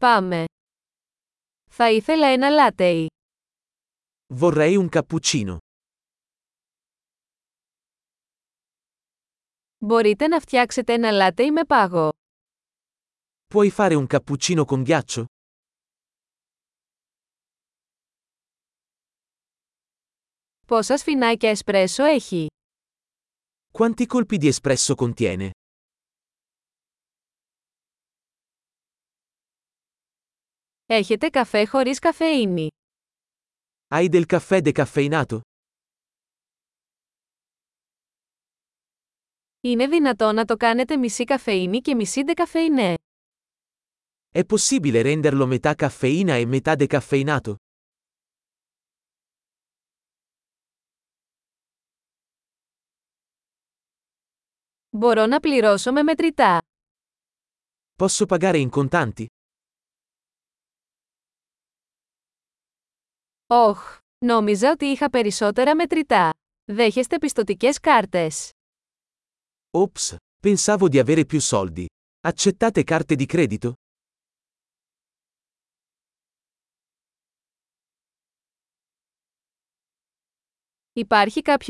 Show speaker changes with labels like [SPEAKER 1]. [SPEAKER 1] Πάμε. Θα ήθελα ένα λάτεϊ.
[SPEAKER 2] Vorrei un cappuccino.
[SPEAKER 1] Μπορείτε να φτιάξετε ένα λάτεϊ με πάγο.
[SPEAKER 2] Puoi fare un cappuccino con ghiaccio?
[SPEAKER 1] Πόσα σφινάκια εσπρέσο έχει.
[SPEAKER 2] Quanti colpi di espresso contiene?
[SPEAKER 1] Έχετε καφέ χωρίς καφεΐνη.
[SPEAKER 2] Hai del caffè decaffeinato?
[SPEAKER 1] Είναι δυνατό να το κάνετε μισή καφεΐνη και μισή ντεκαφεϊνέ.
[SPEAKER 2] È possibile renderlo metà caffeina e metà decaffeinato?
[SPEAKER 1] Μπορώ να πληρώσω με μετρητά.
[SPEAKER 2] Posso pagare in contanti?
[SPEAKER 1] Όχ, νόμιζα ότι είχα περισσότερα μετρητά. Δέχεστε πιστοτικές κάρτες.
[SPEAKER 2] Ops, pensavo di avere più soldi. Accettate carte di credito?
[SPEAKER 1] Υπάρχει κάποιο